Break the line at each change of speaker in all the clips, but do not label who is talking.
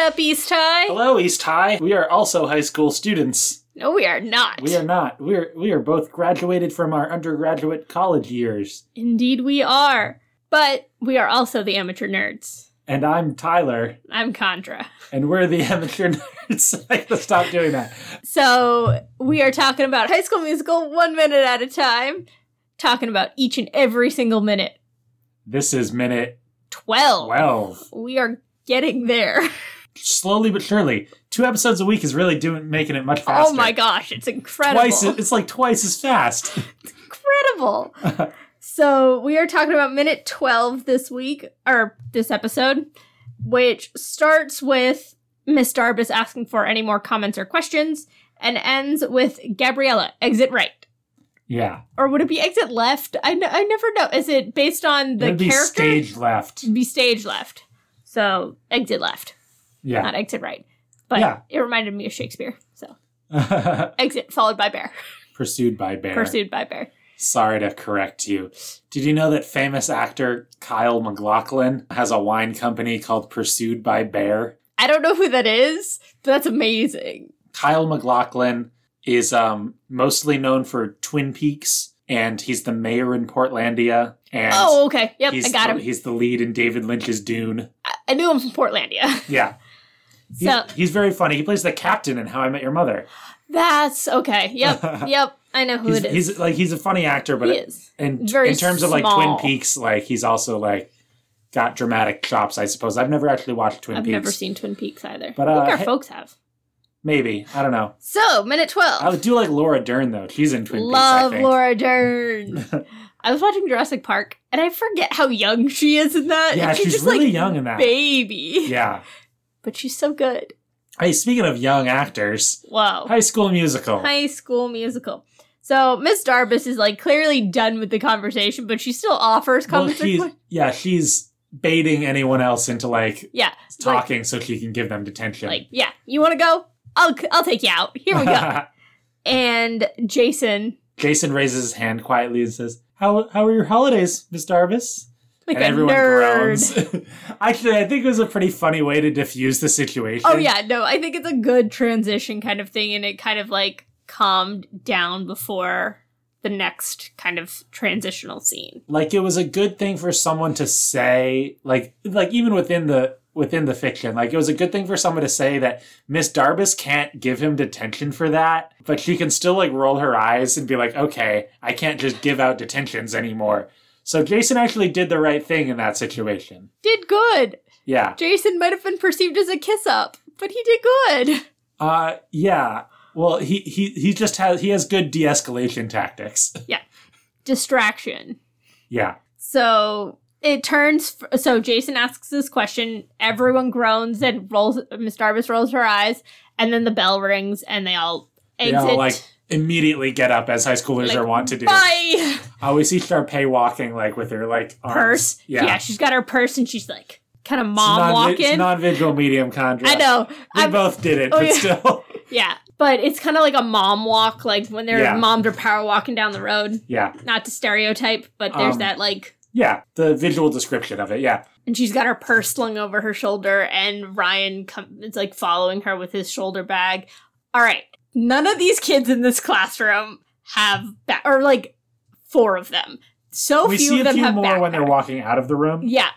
up, East High?
Hello, East High. We are also high school students.
No, we are not.
We are not. We are we are both graduated from our undergraduate college years.
Indeed, we are. But we are also the amateur nerds.
And I'm Tyler,
I'm Contra.
and we're the amateur nerds. I gotta stop doing that.
So we are talking about High School Musical one minute at a time, talking about each and every single minute.
This is minute
12.
twelve.
We are getting there.
Slowly but surely, two episodes a week is really doing making it much faster.
Oh my gosh, it's incredible.
Twice, it's like twice as fast.
incredible. so we are talking about minute 12 this week, or this episode, which starts with Miss Darbus asking for any more comments or questions and ends with Gabriella, exit right.
Yeah,
Or would it be exit left? I kn- I never know. Is it based on the
it'd be
character?
stage left.
It'd be stage left. So exit left,
Yeah,
not exit right. But
Yeah.
it reminded me of Shakespeare. So exit followed by bear,
pursued by bear.
pursued by bear.
Sorry to correct you. Did you know that famous actor Kyle McLaughlin has a wine company called Pursued by Bear?
I don't know who that is, but that's amazing.
Kyle McLaughlin is um, mostly known for Twin Peaks, and he's the mayor in Portlandia. And
Oh, okay. Yep,
he's
I got
the,
him.
He's the lead in David Lynch's Dune.
I- I knew him from Portlandia.
Yeah. He's,
So
he's very funny. He plays the captain in How I Met Your Mother.
that's okay. Yep, yep. I know who
He's,
it is.
he's like he's a funny actor, but
he is.
in,
Very
in terms of like
small.
Twin Peaks, like he's also like got dramatic chops, I suppose. I've never actually watched Twin
I've
Peaks.
never seen Twin Peaks either.
But,
I think
uh,
our
hey-
folks have.
Maybe I don't know.
So minute twelve.
I would do like Laura Dern though. She's in Twin
Love
Peaks. I think.
Laura Dern. I was watching Jurassic Park, and I forget how young she is in that.
Yeah,
And
she's
just
really
like
young in that.
baby.
Yeah.
but she's so good.
Hey, speaking of young actors,
Wow.
High School Musical.
High School Musical. So Miss Darbus is like clearly done with the conversation, but she still offers
Well,
comments. or
she's,
que-
yeah, she's baiting anyone else into like
yeah, like-
talking so she can give them detention.
like oh, yeah you want to go i'll i'll take you out here we go and jason
Jason raises his hand quietly and says, "How how are your holidays, Miss Darvis?"
like
and
a
everyone
nerd
groans. Actually, I think it was a pretty funny way to diffuse the situation.
oh yeah no i think it's a good transition kind of thing and it kind of like calmed down before the next kind of transitional scene
like it was a good thing for someone to say like like even within the within the fiction like it was a good thing for someone to say that miss darbus can't give him detention for that but she can still like roll her eyes and be like okay i can't just give out detentions anymore so jason actually did the right thing in that situation
did good
yeah
jason might have been perceived as a kiss up but he did good
uh yeah well he he he just has he has good de-escalation tactics
distraction
yeah
so it turns f- so jason asks this question everyone groans and rolls miss darvis rolls her eyes and then the bell rings and they all
They
exit
all, like immediately get up as high schoolers
Like,
are wont to do
Bye.
I always see Sharpay walking like with her like arms.
Purse.
Yeah.
she's got her purse and she's like kind of
It's
mom
non-
walking.
It's non-visual medium Condra.
I know.
We
I'm,
both did it,
Oh,
but
yeah.
still.
yeah. But it's kind of like a mom walk, like when their
Yeah.
moms are power walking down the road.
Yeah.
Not to stereotype, but there's
Um,
that like.
Yeah. The visual description of it. Yeah.
And she's got her purse slung over her shoulder, and Ryan com- is like following her with his shoulder bag. All right. None of these kids in this classroom have, ba- or like four of them. So
we
few
see
of
a
them
few
have
more when
backpacks.
they're walking out of the room.
Yeah.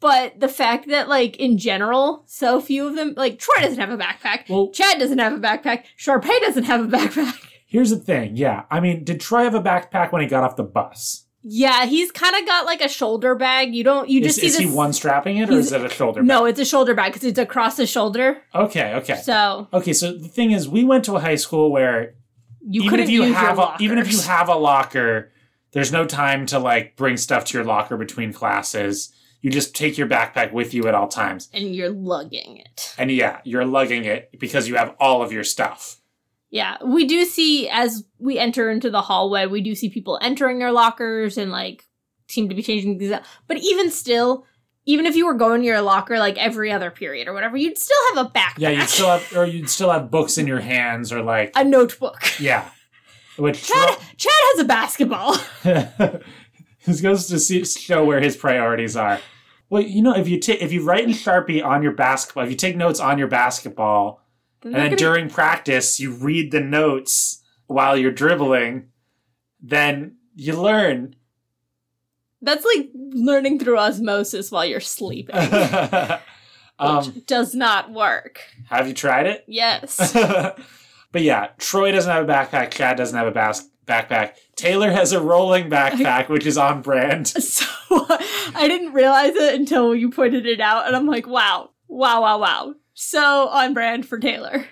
But the fact that, like, in general, so few of them, like, Troy doesn't have a backpack.
Well-
Chad doesn't have a backpack. Sharpay doesn't have a backpack.
Here's the thing. Yeah. I mean, did Troy have a backpack when he got off the bus?
Yeah, he's kind of got, like, a shoulder bag. You don't, you
Is,
just see
is
this.
he one strapping it or
he's-
is it a shoulder bag?
no, it's a shoulder bag because it's across the shoulder.
Okay. Okay.
So
Okay, so the thing is, we went to a high school where
you
even
couldn't
if you
use
have
your
a, even if you
lockers.
have a locker, there's no time to like bring stuff to your locker between classes. You just take your backpack with you at all times.
And you're lugging it.
And yeah, you're lugging it because you have all of your stuff.
Yeah, we do see as we enter into the hallway, we do see people entering their lockers and like seem to be changing things up. But even still, even if you were going to your locker like every other period or whatever, you'd still have a backpack,
Yeah, you'd still have, or you'd still have books in your hands, or like,
a notebook.
yeah. Which
Chad, Chad has a basketball.
this goes to see, show where his priorities are. Well, you know, if you ta- if you write in Sharpie on your basketball, if you take notes on your basketball, and then
they're gonna-
during practice you read the notes while you're dribbling, then you learn.
that's like learning through osmosis while you're sleeping, which
um,
does not work.
have you tried it?
Yes.
but yeah, Troy doesn't have a backpack. Chad doesn't have a bas- backpack. Taylor has a rolling backpack, which is on brand.
so I didn't realize it until you pointed it out, and I'm like, wow, wow, wow, wow. So on brand for Taylor.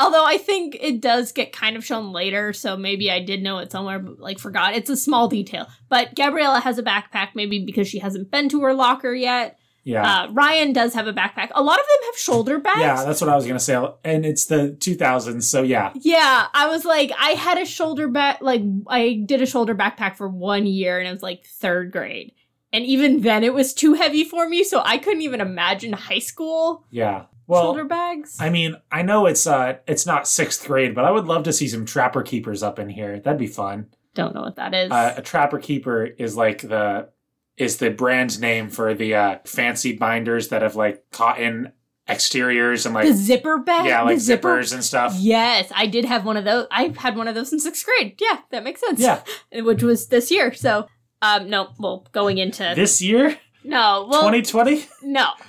Although I think it does get kind of shown later, so maybe I did know it somewhere, but like forgot. It's a small detail. But Gabriella has a backpack, maybe because she hasn't been to her locker yet.
Yeah.
Uh, Ryan does have a backpack. A lot of them have shoulder bags.
yeah, that's what I was going to say. And it's the 2000s, so yeah.
Yeah, I was like, I had a shoulder back, like I did a shoulder backpack for one year, and it was like third grade, and even then it was too heavy for me, so I couldn't even imagine high school
Yeah. Well,
shoulder bags.
I mean, I know it's uh it's not 6th grade, but I would love to see some trapper keepers up in here. That'd be fun.
Don't know what that is.
Uh, a trapper keeper is like the is the brand name for the uh, fancy binders that have like cotton exteriors and
the
like
zipper bag.
yeah, like
the zipper-
zippers and stuff.
Yes, I did have one of those. I had one of those in sixth grade. Yeah, that makes sense.
Yeah,
which was this year. So, um, no, well, going into
this year,
no, well,
2020,
no.
we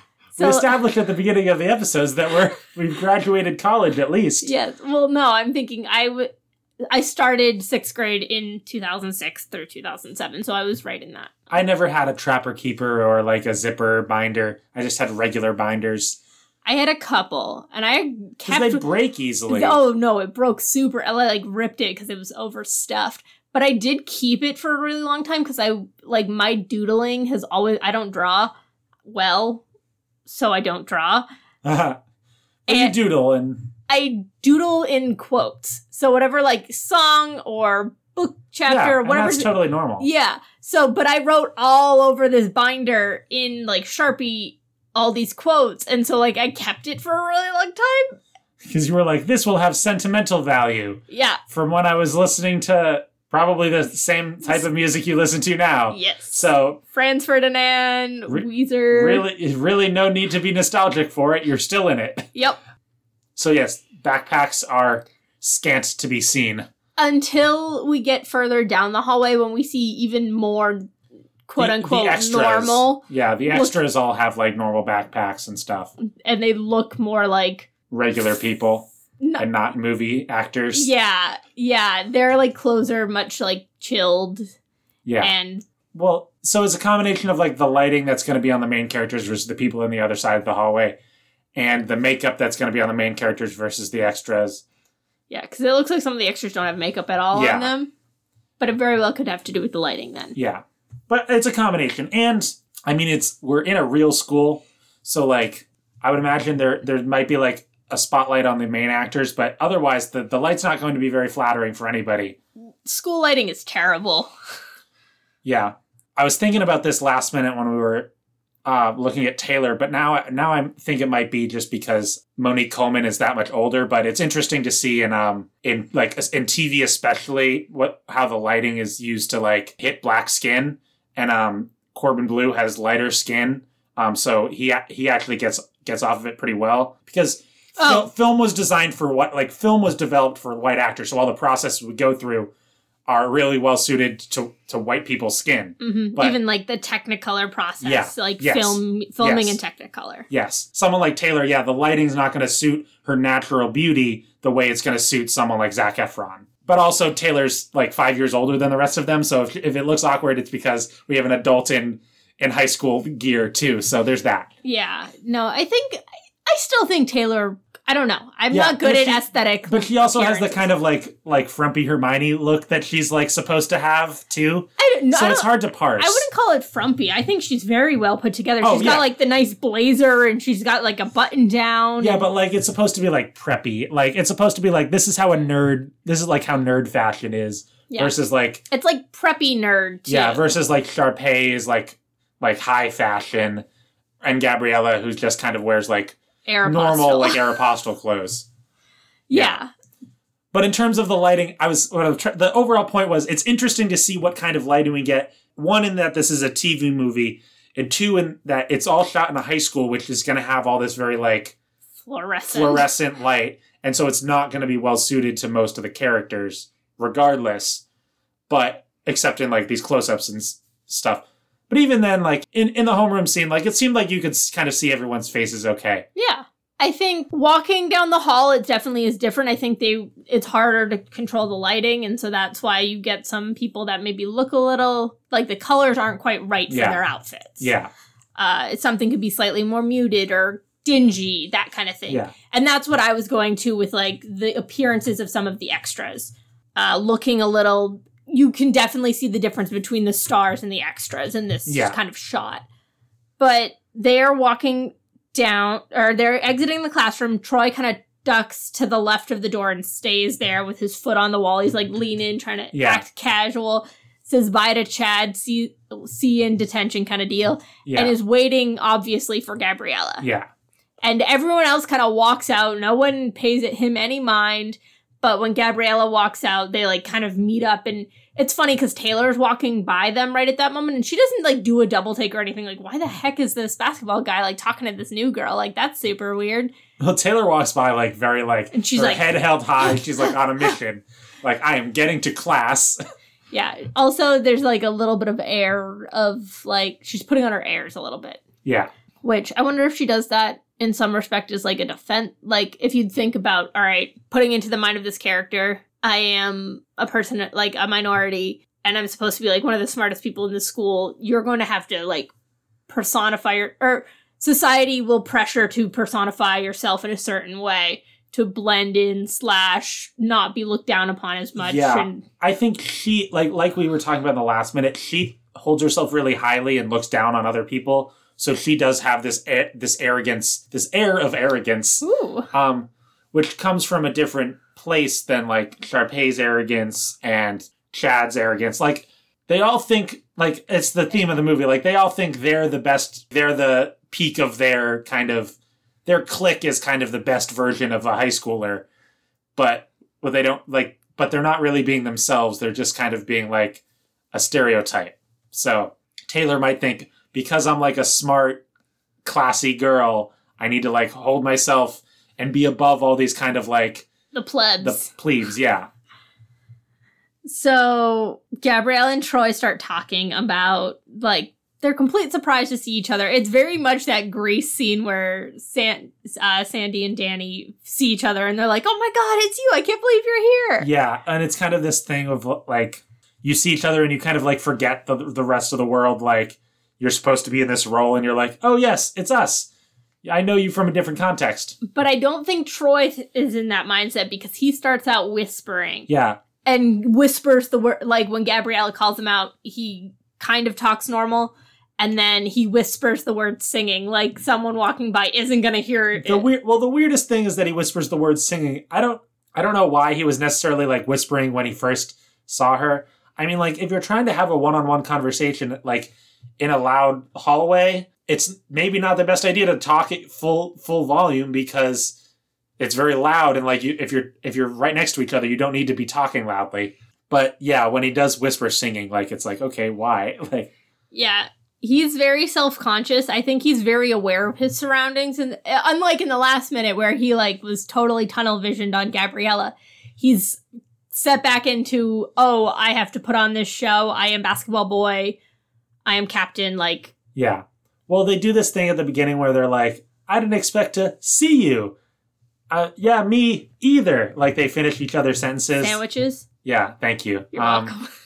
So
established at the beginning of the episodes that we're we've graduated college at least.
Yes. Well, no, I'm thinking I w- I started sixth grade in 2006 through 2007, so I was right in that.
I never had a trapper keeper or like a zipper binder. I just had regular binders
I had a couple, and I
because
kept.
they break easily.
oh no, it broke super. I like ripped it because it was overstuffed. But I did keep it for a really long time because I like my doodling has always. I don't draw well, so I don't draw.
But Oh, you
And-
doodle and
I doodle in quotes. So whatever like song or book chapter
yeah,
or
and
whatever
that's totally normal.
Yeah. So, but I wrote all over this binder in like Sharpie all these quotes. And so, like, I kept it for a really long time.
because you were like, this will have sentimental value.
Yeah.
From when I was listening to probably the same type of music you listen to now.
Yes.
Oh, So
Franz Ferdinand,
Re-
Weezer.
really, really no need to be nostalgic for it. You're still in it.
Yep.
So yes, backpacks are scant to be seen.
Until we get further down the hallway when we see even more quote
The- the
unquote
extras-
normal
Yeah, the
Look-
extras all have like normal backpacks and stuff.
and they look more like.
Regular people
No,
and not movie actors.
yeah. Yeah. Their like clothes are much like chilled
Yeah.
and
Well, so it's a combination of like the lighting that's going to be on the main characters versus the people on the other side of the hallway, and the makeup that's going to be on the main characters versus the extras.
Yeah, because it looks like some of the extras don't have makeup at all
Yeah.
on them. But it very well could have to do with the lighting then.
Yeah, but it's a combination, and I mean it's we're in a real school, so like I would imagine there there might be like a spotlight on the main actors, but otherwise the the light's not going to be very flattering for anybody.
School lighting is terrible.
Yeah, I was thinking about this last minute when we were uh, looking at Taylor, but now now I think it might be just because Monique Coleman is that much older. But it's interesting to see in um in like in TV especially what how the lighting is used to like hit black skin, and um Corbin Blue has lighter skin, um so he he actually gets gets off of it pretty well because.
Oh.
fil- film was designed for what like film was developed for white actors so all the processes we go through are really well suited to to white people's skin.
hmm
But-
Even like the Technicolor process,
Yeah,
like
yes,
film filming
yes.
in Technicolor.
Yes, someone like Taylor, yeah, the lighting's not going to suit her natural beauty the way it's going to suit someone like Zac Efron. But also Taylor's like 5 years older than the rest of them, so if if it looks awkward it's because we have an adult in in high school gear too. So there's that.
Yeah. No, I think I still think Taylor. I don't know. I'm
Yeah,
not good
but
at
she-
aesthetic.
But she also has the
appearances.
kind of like like frumpy Hermione look that she's like supposed to have too.
I don't, no, I
so it's
don't-
hard to parse.
I wouldn't call it frumpy. I think she's very well put together. She's
Oh, yeah.
got like the nice blazer and she's got like a button down.
Yeah, but like it's supposed to be like preppy. Like it's supposed to be like this is how a nerd this is like how nerd fashion is
Yeah.
versus like
it's like preppy nerd. Too.
yeah, versus like Sharpay is like like high fashion and Gabriella who just kind of wears like
Aeropostale.
normal like Aeropostale clothes.
yeah.
But in terms of the lighting, I was what I was try- the overall point was it's interesting to see what kind of lighting we get. One in that this is a TV movie, and two in that it's all shot in a high school, which is going to have all this very like
Fluorescent.
fluorescent light, and so it's not going to be well suited to most of the characters, regardless. But except in like these close-ups and s- stuff. But even then, like in in the homeroom scene, like it seemed like you could s- kind of see everyone's faces okay.
Yeah. I think walking down the hall it definitely is different. I think they it's harder to control the lighting and so that's why you get some people that maybe look a little like the colors aren't quite right for
Yeah.
their outfits.
Yeah,
Uh something could be slightly more muted or dingy, that kind of thing.
yeah,
And that's what I was going to with like the appearances of some of the extras. Uh looking a little you can definitely see the difference between the stars and the extras in this
Yeah.
kind of shot. But they're walking down or they're exiting the classroom. Troy kind of ducks to the left of the door and stays there with his foot on the wall. He's like lean in, trying to
Yeah.
act casual. Says bye to Chad, see see you in detention kind of deal.
yeah,
And is waiting obviously for Gabriella
yeah,
and everyone else kind of walks out. No one pays it him any mind. But when Gabriella walks out, they like kind of meet up, and it's funny because Taylor's walking by them right at that moment, and she doesn't like do a double take or anything. Like, why the heck is this basketball guy like talking to this new girl? Like, that's super weird.
Well, Taylor walks by like very like
And she's
her
like-
head held high. She's like on a mission. Like I am getting to class.
Yeah. Also, there's like a little bit of air of like she's putting on her airs a little bit,
yeah,
which I wonder if she does that in some respect is like a defense. Like, if you'd think about, all right, putting into the mind of this character, I am a person like a minority and I'm supposed to be like one of the smartest people in the school, you're going to have to like personify your or society will pressure to personify yourself in a certain way to blend in slash not be looked down upon as much
Yeah.
and
I think she like like we were talking about in the last minute. She holds herself really highly and looks down on other people. So she does have this a- this arrogance, this air of arrogance,
ooh
um, which comes from a different place than like Sharpay's arrogance and Chad's arrogance. Like they all think like it's the theme of the movie. Like they all think they're the best. They're the peak of their kind of their clique is kind of the best version of a high schooler, but well they don't like. But they're not really being themselves. They're just kind of being like a stereotype. So Taylor might think because I'm like a smart, classy girl, I need to like hold myself and be above all these kind of like
the plebs
the plebes. Yeah,
So Gabrielle and Troy start talking about like their complete surprise to see each other. It's very much that Grease scene where San- uh, Sandy and Danny see each other and they're like, "Oh my god, it's you! I can't believe you're here."
Yeah, and it's kind of this thing of like you see each other and you kind of like forget the the rest of the world. Like you're supposed to be in this role, and you're like, oh yes, it's us. I know you from a different context.
But I don't think Troy th- is in that mindset because he starts out whispering
Yeah,
and whispers the word. Like when Gabriella calls him out, he kind of talks normal. And then he whispers the word singing, like someone walking by isn't gonna hear it.
the weird. Well, the weirdest thing is that he whispers the word singing. I don't. I don't know why he was necessarily like whispering when he first saw her. I mean, like if you're trying to have a one-on-one conversation, like in a loud hallway, it's maybe not the best idea to talk at full full volume because it's very loud and like you if you're if you're right next to each other, you don't need to be talking loudly. But yeah, when he does whisper singing, like it's like okay, why? Like
Yeah. He's very self conscious. I think he's very aware of his surroundings. And uh, unlike in the last minute where he like was totally tunnel visioned on Gabriella, he's set back into, oh, I have to put on this show. I am basketball boy. I am captain. Like,
Yeah. Well, they do this thing at the beginning where they're like, I didn't expect to see you. Uh, yeah, me either. Like they finish each other's sentences.
sandwiches.
Yeah, thank you.
You're welcome.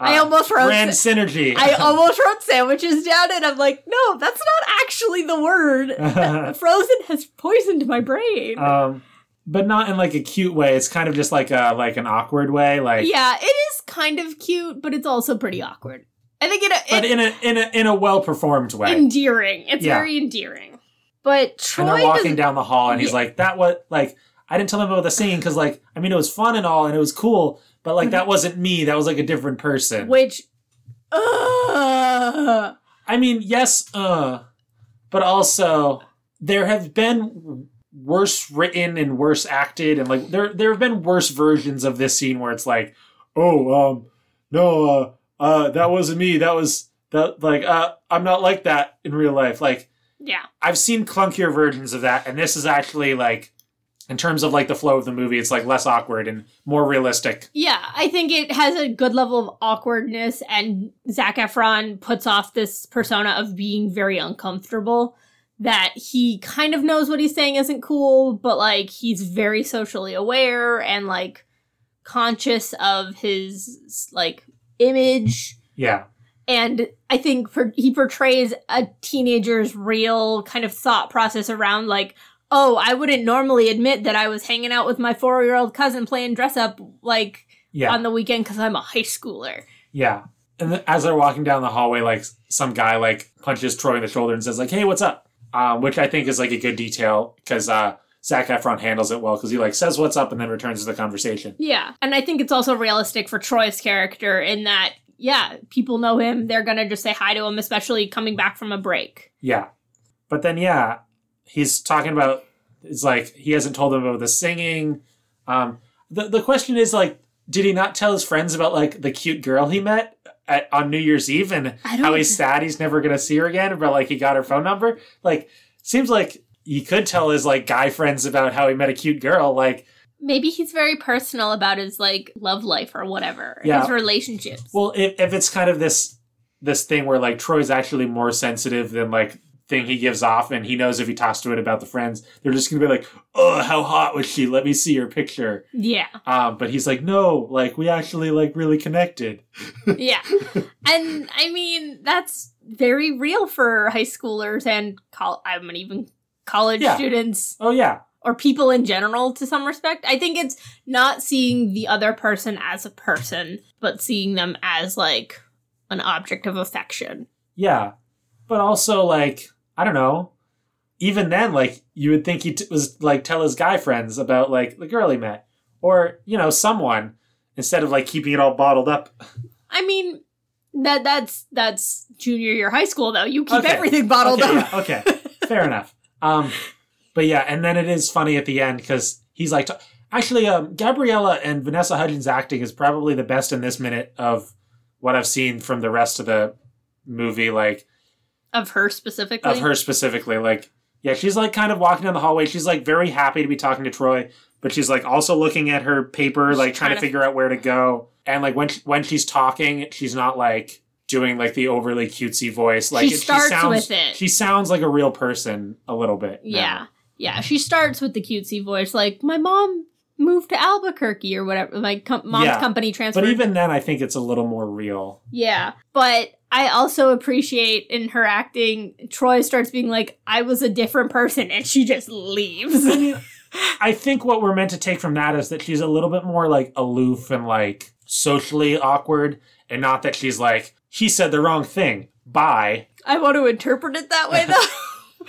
I
Um, uh,
almost wrote
Brand synergy.
I almost wrote sandwiches down and I'm like, no, that's not actually the word.
Uh,
Frozen has poisoned my brain.
um, but not in like a cute way. It's kind of just like a like an awkward way. Like
Yeah, it is kind of cute, but it's also pretty awkward. I think it,
but
it's
in a in a in a well performed way.
endearing. It's
Yeah.
very endearing. But Troy
and they're walking
doesn't-
down the hall and he's
Yeah.
like that what like i didn't tell him about the singing because like i mean it was fun and all and it was cool but
Mm-hmm.
like that wasn't me that was like a different person
which Ugh.
I mean, yes, uh, but also there have been worse written and worse acted, and like there there have been worse versions of this scene where it's like, oh, um, no, uh, uh, that wasn't me. That was The, like, uh, I'm not like that in real life. Like,
Yeah.
I've seen clunkier versions of that, and this is actually like, in terms of like the flow of the movie, it's like less awkward and more realistic.
Yeah, I think it has a good level of awkwardness, and Zach Efron puts off this persona of being very uncomfortable. That he kind of knows what he's saying isn't cool, but like he's very socially aware and like conscious of his like image.
Yeah,
And I think per- he portrays a teenager's real kind of thought process around like, oh, I wouldn't normally admit that I was hanging out with my four year old cousin playing dress up like
yeah,
on the weekend because I'm a high schooler.
yeah. And then as they're walking down the hallway, like some guy like punches Troy in the shoulder and says like, "Hey, what's up?" Um, which I think is like a good detail because uh, Zach Efron handles it well because he like says what's up and then returns to the conversation.
Yeah. And I think it's also realistic for Troy's character in that, yeah, people know him. They're going to just say hi to him, especially coming back from a break.
Yeah. But then yeah, he's talking about it's like he hasn't told them about the singing. Um the the question is like did he not tell his friends about like the cute girl he met at, on New Year's Eve and
I don't
how he's sad he's never going to see her again but like he got her phone number? Like seems like he could tell his like guy friends about how he met a cute girl like
Maybe he's very personal about his like love life or whatever,
Yeah.
his relationships.
Well, if, if it's kind of this this thing where like Troy's actually more sensitive than like thing he gives off, and he knows if he talks to it about the friends, they're just gonna be like, "Oh, how hot was she? Let me see your picture."
yeah.
Um, but he's like, "No, like we actually like really connected."
Yeah. and I mean, that's very real for high schoolers and col- I mean, even college
Yeah.
students.
Oh yeah,
or people in general to some respect. I think it's not seeing the other person as a person, but seeing them as like an object of affection.
yeah. But also like I don't know. Even then, like you would think he t- was like tell his guy friends about like the girl he met, or you know someone instead of like keeping it all bottled up.
I mean, that that's that's junior year high school though. You keep
Okay.
everything bottled
okay,
up.
yeah, okay, fair enough. Um, but yeah, and then it is funny at the end because he's like, t- actually, um, Gabriella and Vanessa Hudgens acting is probably the best in this minute of what I've seen from the rest of the movie, like
Of her specifically.
of her specifically. Like, yeah, she's like kind of walking down the hallway. She's like very happy to be talking to Troy, but she's like also looking at her paper,
She's
like trying,
trying
to
to-
figure out where to go. And like when she, when she's talking, she's not like doing like the overly cutesy voice. Like
She starts
sounds,
with it.
She sounds like a real person a little bit. now.
Yeah. Yeah. She starts with the cutesy voice, like, my mom moved to Albuquerque or whatever. My com- mom's
Yeah.
company transferred
But even then, I think it's a little more real.
Yeah. But I also appreciate in her acting, Troy starts being like, I was a different person, and she just leaves.
I think what we're meant to take from that is that she's a little bit more like aloof and like socially awkward, and not that she's like, he said the wrong thing. Bye.
I want to interpret it that way, though.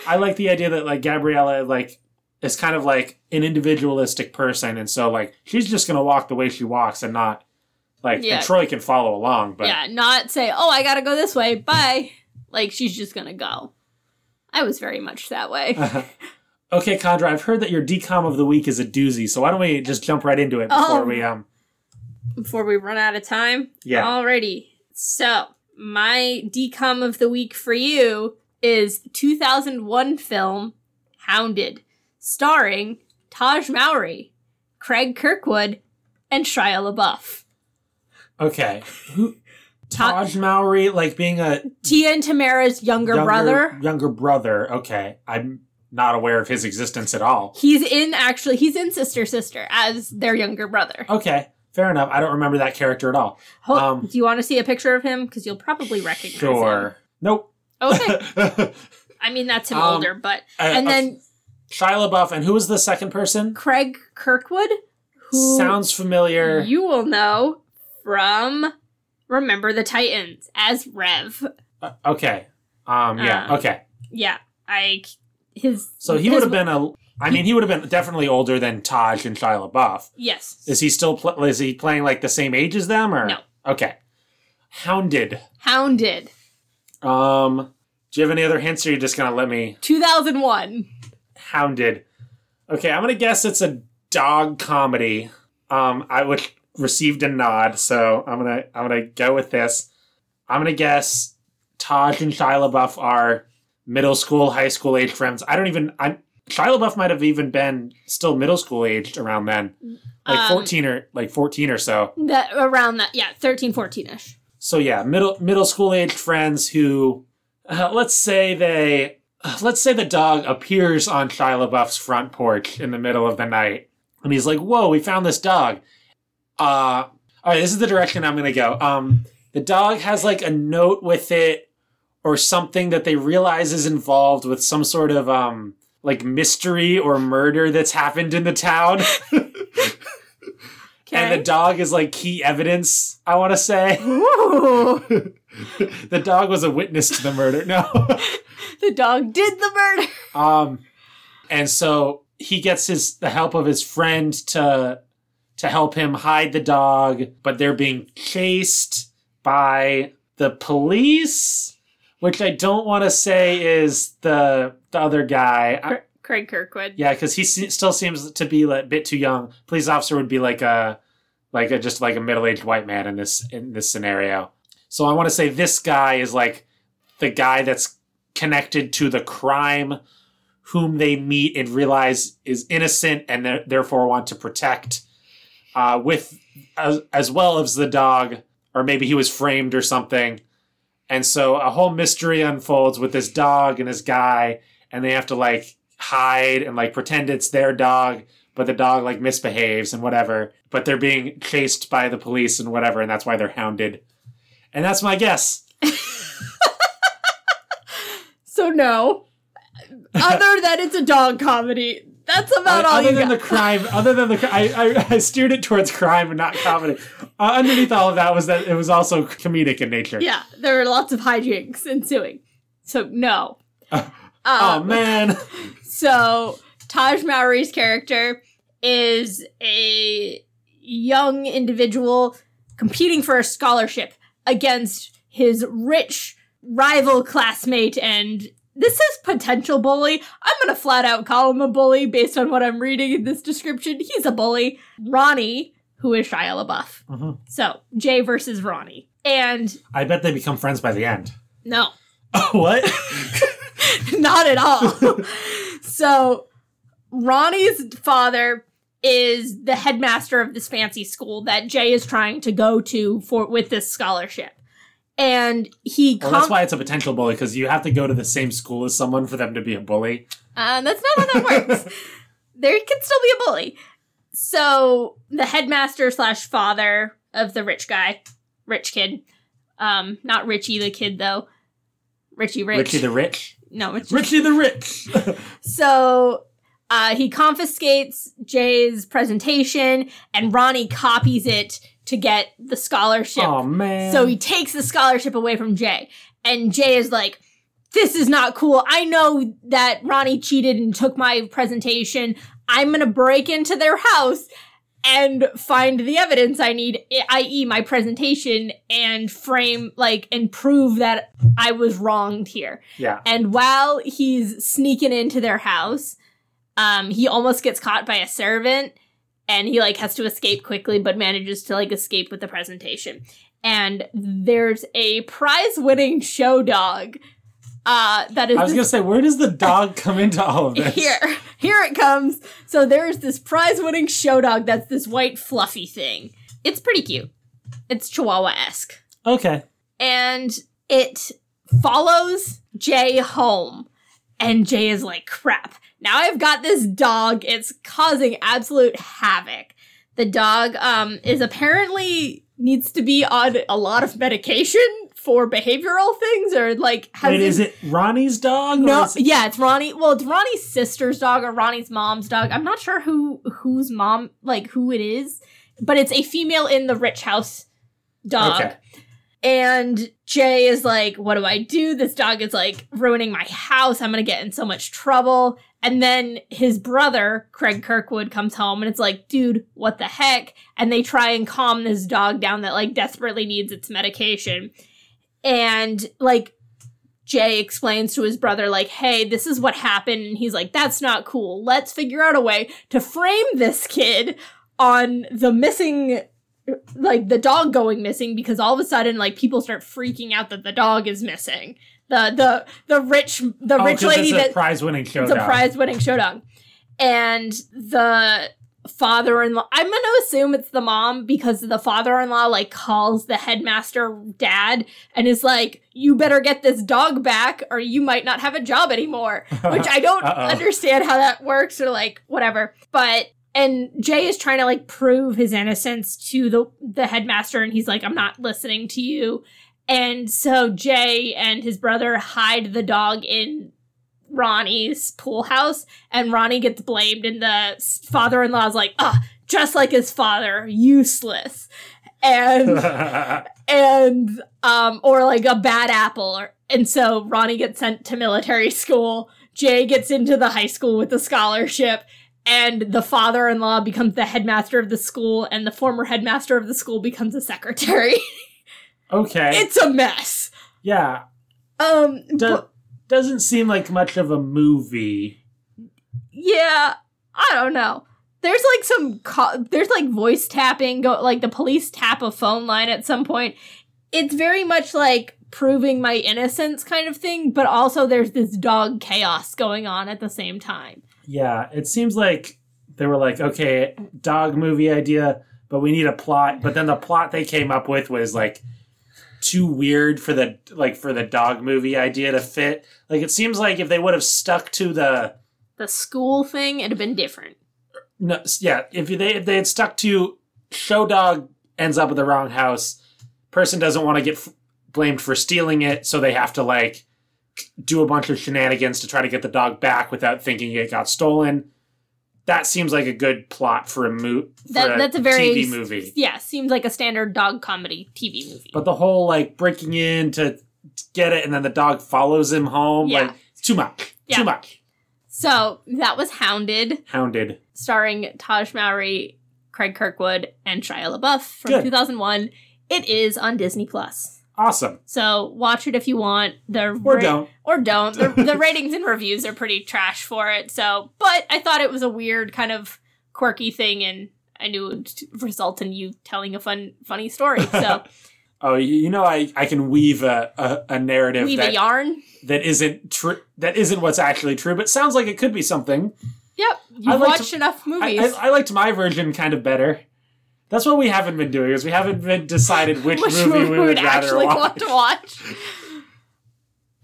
I like the idea that like Gabriella like is kind of like an individualistic person, and so like she's just gonna walk the way she walks and not like
Yeah.
and Troy can follow along, but
yeah, not say, oh, I gotta go this way, bye. Like, she's just gonna go. I was very much that way.
Uh. okay, Condra, I've heard that your decom of the week is a doozy, so why don't we just jump right into it before
Oh.
we um
Before we run out of time.
yeah
Alrighty. So, my decom of the week for you is 2001 film Hounded, starring Taj Mowry, Craig Kirkwood, and Shia LaBeouf.
okay
Oh.
Who-
Ta-
Taj Mowry like being a
Tia and Tamara's younger,
younger
brother.
younger brother. Okay, I'm not aware of his existence at all.
He's in actually, he's in Sister Sister as their younger brother.
Okay, fair enough. I don't remember that character at all.
Ho-
um,
do you want to see a picture of him? Because you'll probably recognize him.
Sure. Nope. Uh,
Okay. I mean, that's him
Um,
older, but.
I-
And
I-
then
Shia LaBeouf, and who was the second person?
Craig Kirkwood, who.
Sounds familiar.
you will know from Remember the Titans as Rev.
Uh, okay. Um. Yeah.
Uh,
okay.
Yeah, I his
So he
his-
would have been a. I mean, he would have been definitely older than Taj and Shia LaBeouf.
yes
Is he still? Pl- is he playing like the same age as them? Or
No.
Okay. Hounded.
hounded
Um. Do you have any other hints, or are you just gonna let me?
2001.
Hounded. Okay, I'm gonna guess it's a dog comedy. Um, I which received a nod, so I'm gonna I'm gonna go with this. I'm gonna guess Taj and Shia LaBeouf are middle school, high school age friends. I don't even. I'm Shia LaBeouf might have even been still middle school aged around then, like
Um,
fourteen or like fourteen or so.
That around that, yeah, 13, 14-ish.
So yeah, middle middle school aged friends who, uh, let's say they, uh, let's say the dog appears on Shia LaBeouf's front porch in the middle of the night, and he's like, "Whoa, we found this dog." Uh, all right, this is the direction I'm gonna go. Um, the dog has like a note with it, or something that they realize is involved with some sort of um like mystery or murder that's happened in the town, and the dog is like key evidence. I want to say.
Ooh,
the dog was a witness to the murder. No.
the dog did the murder.
um, and so he gets his the help of his friend to to help him hide the dog, but they're being chased by the police, which I don't want to say is the the other guy. I-
Craig Kirkwood.
yeah, because he se- still seems to be a like, bit too young. Police officer would be like a, like a, just like a middle aged white man in this in this scenario. So I want to say this guy is like the guy that's connected to the crime, whom they meet and realize is innocent and ther- therefore want to protect, uh, with as, as well as the dog, or maybe he was framed or something. And so a whole mystery unfolds with this dog and this guy, and they have to like hide and like pretend it's their dog, but the dog like misbehaves and whatever. But they're being chased by the police and whatever, and that's why they're hounded. And that's my guess.
So no, other than it's a dog comedy. That's about all
other
you
than
got.
the crime, other than the, cr- I, I, I steered it towards crime and not comedy. Uh, underneath all of that was that it was also comedic in nature.
yeah, there are lots of hijinks ensuing. So no.
Oh
Um,
man,
So Taj Mowry's character is a young individual competing for a scholarship against his rich rival classmate and this is potential bully. I'm gonna flat out call him a bully based on what I'm reading in this description. He's a bully. Ronnie, who is Shia LaBeouf.
Mhm.
So Jay versus Ronnie. And
I bet they become friends by the end.
no,
what?
Not at all. so, Ronnie's father is the headmaster of this fancy school that Jay is trying to go to for with this scholarship. And he
Well,
comes.
that's why it's a potential bully because you have to go to the same school as someone for them to be a bully.
Uh, that's not how that works. there can still be a bully. So the headmaster slash father of the rich guy, rich kid, um, not Richie the kid though, Richie Rich.
Richie the rich,
no, it's just-
Richie the rich.
So uh, he confiscates Jay's presentation, and Ronnie copies it to get the scholarship.
Oh man.
so he takes the scholarship away from Jay, and Jay is like, "This is not cool. I know that Ronnie cheated and took my presentation. I'm gonna break into their house." And find the evidence I need, i- i.e., my presentation, and frame, like, and prove that I was wronged here.
yeah.
And while he's sneaking into their house, um, he almost gets caught by a servant and he like has to escape quickly, but manages to like escape with the presentation. And there's a prize winning show dog uh, that is
I was gonna say, where does the dog come into all of this?
here. Here it comes. So there's this prize winning show dog that's this white fluffy thing. It's pretty cute. It's Chihuahua esque
Okay.
and it follows Jay home. And Jay is like, crap, now I've got this dog. It's causing absolute havoc. The dog um, is apparently needs to be on a lot of medication for behavioral things or like has
Wait,
it-
is it Ronnie's dog?
no,
Or is it-
yeah, it's Ronnie. Well, it's Ronnie's sister's dog or Ronnie's mom's dog. I'm not sure who whose mom, like who it is, but it's a female in the rich house dog.
Okay.
And Jay is like, "What do I do? This dog is like ruining my house. I'm gonna get in so much trouble." And then his brother, Craig Kirkwood, comes home and it's like, "Dude, what the heck?" And they try and calm this dog down that like desperately needs its medication. And like Jay explains to his brother, like, hey, this is what happened. And he's like, that's not cool. Let's figure out a way to frame this kid on the missing like the dog going missing because all of a sudden like people start freaking out that the dog is missing. The the the rich the
Oh,
rich
'cause
lady
it's a
that
prize winning
it's a
showdown.
prize winning showdown. And the father in law, I'm going to assume it's the mom because the father in law like calls the headmaster dad and is like, you better get this dog back or you might not have a job anymore, which I don't
Uh-oh.
understand how that works or like whatever. But and Jay is trying to like prove his innocence to the the headmaster and he's like I'm not listening to you. And so Jay and his brother hide the dog in Ronnie's pool house and Ronnie gets blamed and the father-in-law's like, "Ah, just like his father, useless." And and um or like a bad apple or, and so ronnie gets sent to military school jay gets into the high school with a scholarship and the father-in-law becomes the headmaster of the school and the former headmaster of the school becomes a secretary
okay.
it's a mess
yeah.
um
Do-
but-
doesn't seem like much of a movie.
yeah i don't know there's like some co- there's like voice tapping go like the police tap a phone line at some point it's very much like proving my innocence kind of thing, but also there's this dog chaos going on at the same time.
Yeah. It seems like they were like, okay, dog movie idea, but we need a plot. But then the plot they came up with was like too weird for the like for the dog movie idea to fit. Like it seems like if they would have stuck to the
The school thing, it'd have been different.
No, s- yeah. If they if they had stuck to show dog ends up at the wrong house, person doesn't want to get f- blamed for stealing it, so they have to like do a bunch of shenanigans to try to get the dog back without thinking it got stolen. That seems like a good plot for a mo- for
That-
a
that's a very
TV
s-
movie.
Yeah, seems like a standard dog comedy TV movie.
But the whole like breaking in to to get it and then the dog follows him home
Yeah.
like it's too much,
Yeah.
too much.
so that was Hounded,
Hounded.
starring Taj Mowry, Craig Kirkwood, and Shia LaBeouf from
Good.
2001. It is on Disney Plus.
Awesome.
So watch it if you want. The
Or
ra-
don't.
or don't. The, the ratings and reviews are pretty trash for it. So, but I thought it was a weird kind of quirky thing, and I knew it would result in you telling a fun, funny story. So,
Oh, you you know I, I can weave a, a, a narrative
weave
that
a yarn.
that isn't true that isn't what's actually true but sounds like it could be something
Yep, you
I
have
like
watched enough
I,
movies.
I, I liked my version kind of better that's what we haven't been doing is we haven't been decided which,
which
movie we would rather
actually
watch.
want to watch.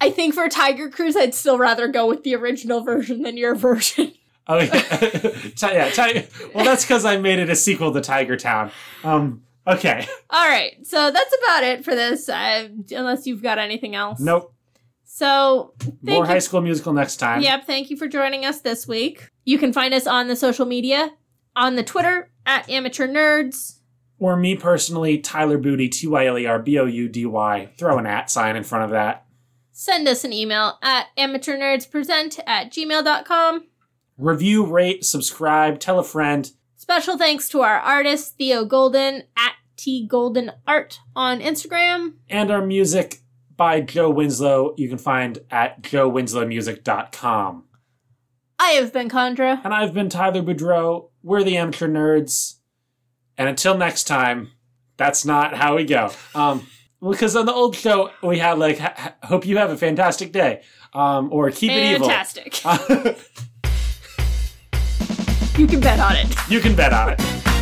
I think for Tiger Cruise, I'd still rather go with the original version than your version.
oh, yeah. Ti- yeah, Ti- well that's because i made it a sequel to tiger town um, okay
All right, so that's about it for this. Uh, unless you've got anything else.
nope
So
more
you.
high school musical next time
Yep, thank you for joining us this week. You can find us on the social media, on the Twitter at Amateur Nerds.
or me personally tyler booty E t-y-l-e-r-b-o-u-d-y throw an at sign in front of that
Send us an email at amateurnerdspresent at gmail.com.
review rate subscribe tell a friend
Special thanks to our artist, Theo Golden at T Golden Art on Instagram.
and our music by Joe Winslow you can find at joewinslowmusic.com.
I have been Condra.
And I've been Tyler Boudreau. We're the Amateur Nerds. And until next time, that's not how we go. Um, because on the old show, we had like, "Ha- ha- hope you have a fantastic day. Um, or keep
Fantastic.
it evil.
You can bet on it.
you can bet on it.